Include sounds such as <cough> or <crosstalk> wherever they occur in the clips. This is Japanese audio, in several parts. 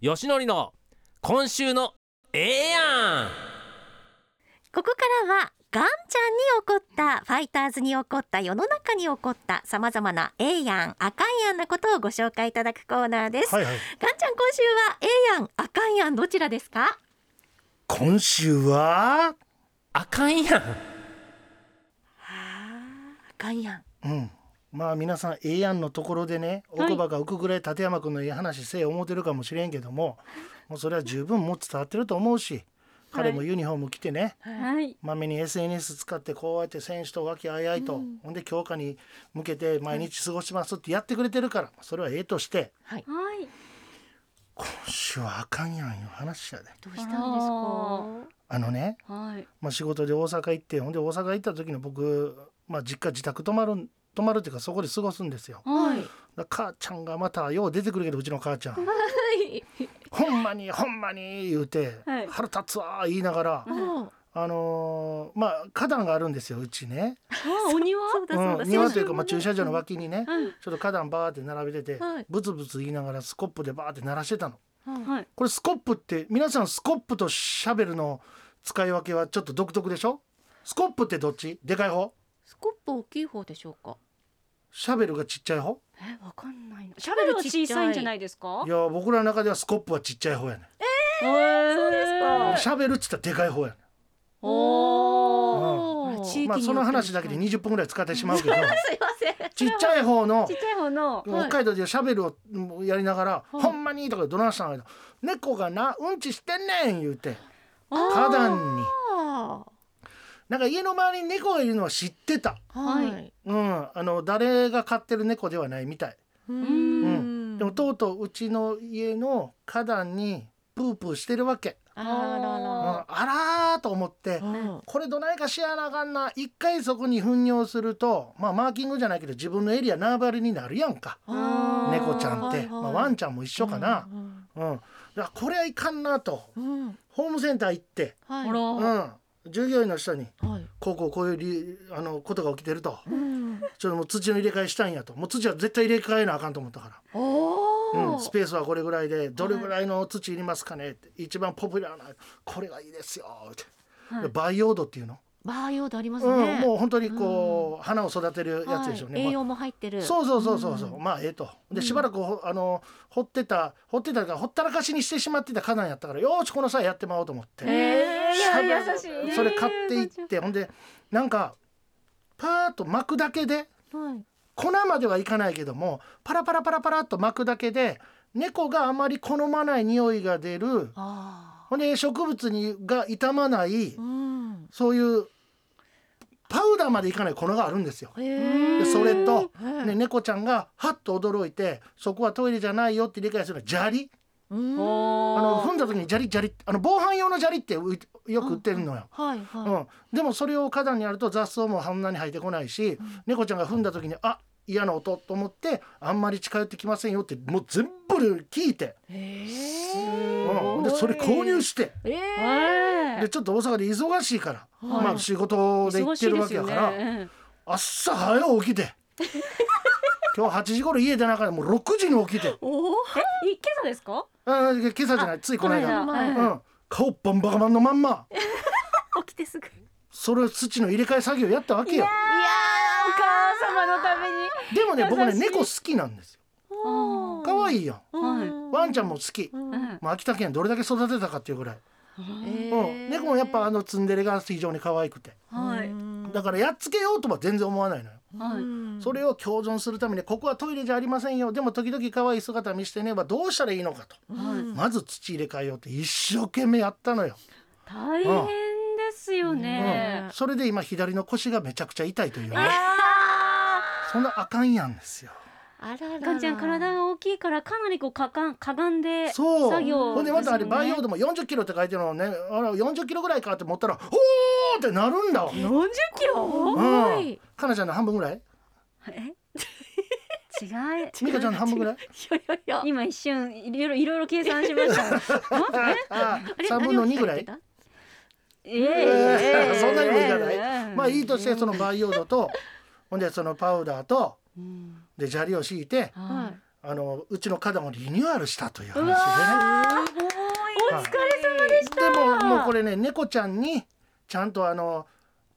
よしのりの今週のええやここからはガンちゃんに起こったファイターズに起こった世の中に起こったさまざまなええやんあかんやんなことをご紹介いただくコーナーです、はいはい。ガンちゃん今週はええやんあかんやんどちらですか今週は、んあかんやんあかんやんうん。まあ皆さんええやんのところでねはい奥歯が浮くぐらい立山君のいい話せえ思ってるかもしれんけどももうそれは十分もう伝わってると思うし彼もユニフォーム着てねはい。まめに SNS 使ってこうやって選手と和気あいあいと、ほんで強化に向けて毎日過ごしますってやってくれてるからそれはええとしてはい。今週はあかんやんいう話やでどうしたんですかあのね、はい。まあ、仕事で大阪行ってほんで大阪行った時の僕、まあ、実家自宅泊まるん泊まるっていうかそこで過ごすんですよ。はい。だ母ちゃんがまたよう出てくるけどうちの母ちゃんはい。 「ほんまにほんまに」言うて「はい腹立つわ」言いながら、もあのーまあ花壇があるんですようちね、あ、お庭。そうだそうだ、うん、庭というか、まあ、駐車場の脇にね、うんちょっと花壇バーって並べてて、はいブツブツ言いながらスコップでバーって鳴らしてたの。はい。これスコップって皆さんスコップとシャベルの使い分けはちょっと独特でしょスコップってどっちでかい方スコップ大きい方でしょうかシャベルがちっちゃい方えわかんないなシャベルは小さいんじゃないですかい。や僕らの中ではスコップはちっちゃい方やねそうですんシャベルっつったらでかい方やねんおお。おーうん地域まあによそっての話だけで20分ぐらい使ってしまうけどすいませんちっちゃい方のちっちゃい方の。はい北海道でシャベルをうんやりながら「ほんまに」とかどないしたの猫がなうんちしてんねん」言うて花壇にあなんか家の周りに猫がいるのは知ってた、ーはい、はうん、あの誰が飼ってる猫ではないみたいうんでもとうとううちの家の花壇にプープーしてるわけ、あららうんらあらーと思ってうんこれどないかしやなあかんな一回そこに糞尿するとまあマーキングじゃないけど自分のエリア縄張りになるやんかあー猫ちゃんって、はいはいまあ、ワンちゃんも一緒かな、うんだからこれはいかんなとうんうんホームセンター行って、はあいら。うん、従業員の人にはいこうこうこういう理あのことが起きてるとうんちょっともう土の入れ替えしたいんやともう土は絶対入れ替えなあかんと思ったから。おーうん、スペースはこれぐらいでどれぐらいの土いりますかねって、一番ポピュラーなこれがいいですよって、はい培養土っていうの、バー用でありますね、うん、もう本当にこう、花を育てるやつでしょうはい、栄ね、まあ養も入ってるそうそうそうそうそう、まあええとでしばらくほあの掘ってた掘ってたからほったらかしにしてしまってた花壇やったからよーしこの際やってもらおうと思って、えシャベルー、優しい。それ買っていってほんでなんかパーッと巻くだけではい粉まではいかないけどもパラパラパラパラっと巻くだけで猫があまり好まない匂いが出るあほんで植物にが傷まないーうんそういうパウダーまでいかない粉があるんですよ。へでえそれと、はいね、猫ちゃんがはっと驚いてそこはトイレじゃないよって理解するのは砂利うんおあの踏お。んだ時に砂利砂利あの防犯用の砂利ってういよく売ってるのよ。はいはい、うん、でもそれを花壇にあると雑草もそんなに生えてこないし、猫ちゃんが踏んだ時にあ嫌な音と思ってあんまり近寄ってきませんよってもう全部聞いて、へうん、でそれ購入してええはでちょっと大阪で忙しいから、はいまあ、仕事い。で行ってるわけだから、ね。朝早う起きて今日8時頃家出ながらもう6時に起きておおえ、今朝ですか。あー今朝じゃないついこの間、このう間ん、顔バンバカバンのまんま起きてすぐいそれを土の入れ替え作業やったわけよいやーお母様のために。でもね僕ね優しい猫好きなんですよお可い愛いやんはいワンちゃんも好き、うんうんまあ、秋田県どれだけ育てたかっていうぐらい、えうん、猫もやっぱあのツンデレが非常に可愛くてはい。だからやっつけようとは全然思わないのよ、はい。それを共存するためにここはトイレじゃありませんよでも時々可愛い姿見してねばどうしたらいいのかと、はいまず土入れ替えようって一生懸命やったのよ、大変ですようねん。それで今左の腰がめちゃくちゃ痛いというねあそんなあかんやんですよあららーガンちゃん体が大きいからかなりこうかかんかがんで作そう業ほんでまたあれすよ培ね養土も40キロって書いてるのねあら40キロぐらいかって思ったら <laughs> 「おー!」ってなるんだわ40キロ重いうんかなちゃんの半分ぐらいえ違うミカちゃんの半分ぐらいいやいや今一瞬いろいろいろいろ計算しましたああれ3分の2ぐらい何を聞かれてえええーそんなにもいかないええまあいいとしてその培養土とほんでそのパウダーとうんで砂利を敷いてたははいあのうちの花壇をリニューアルしたという話うでねわーすごいお疲れ様でしでももうこれね猫ちゃんにちゃんとあの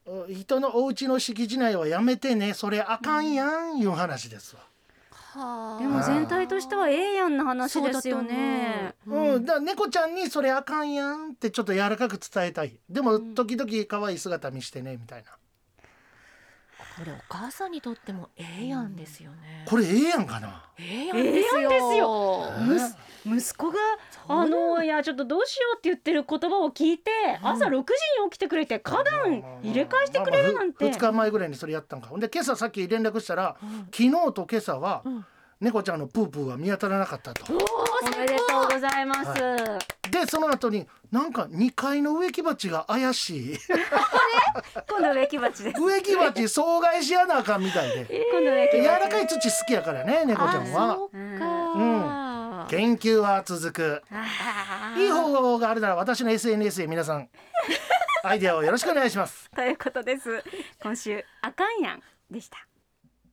う人のお家の敷地内はやめてねそれあかんやんいう話ですわ。でも全体としてはええやんな話ですよねうん、だから猫ちゃんにそれあかんやんってちょっと柔らかく伝えたい。でも時々可愛い姿見してねみたいな。これお母さんにとってもええやんですよね。これええやんかな。ええやんええですやんですよえむす息子があのいやちょっとどうしようって言ってる言葉を聞いて朝6時に起きてくれて花壇入れ替えしてくれるなんまあてまあふ二日前ぐらいにそれやったんか。ほんで今朝さっき連絡したら昨日と今朝はうん猫ちゃんのプープーは見当たらなかったと。おめでとうございますでその後になんか2階の植木鉢が <laughs> 怪しい今度植木鉢です植木鉢総害しやなあかんみたいで今度植木柔鉢らかい土好きやからね猫ちゃんあはそ。うかか。研究は続くいい <laughs> 方法があるなら私の SNS へ皆 <laughs> さんアイデアをよろしくお願いしますということです今週あかんやんでした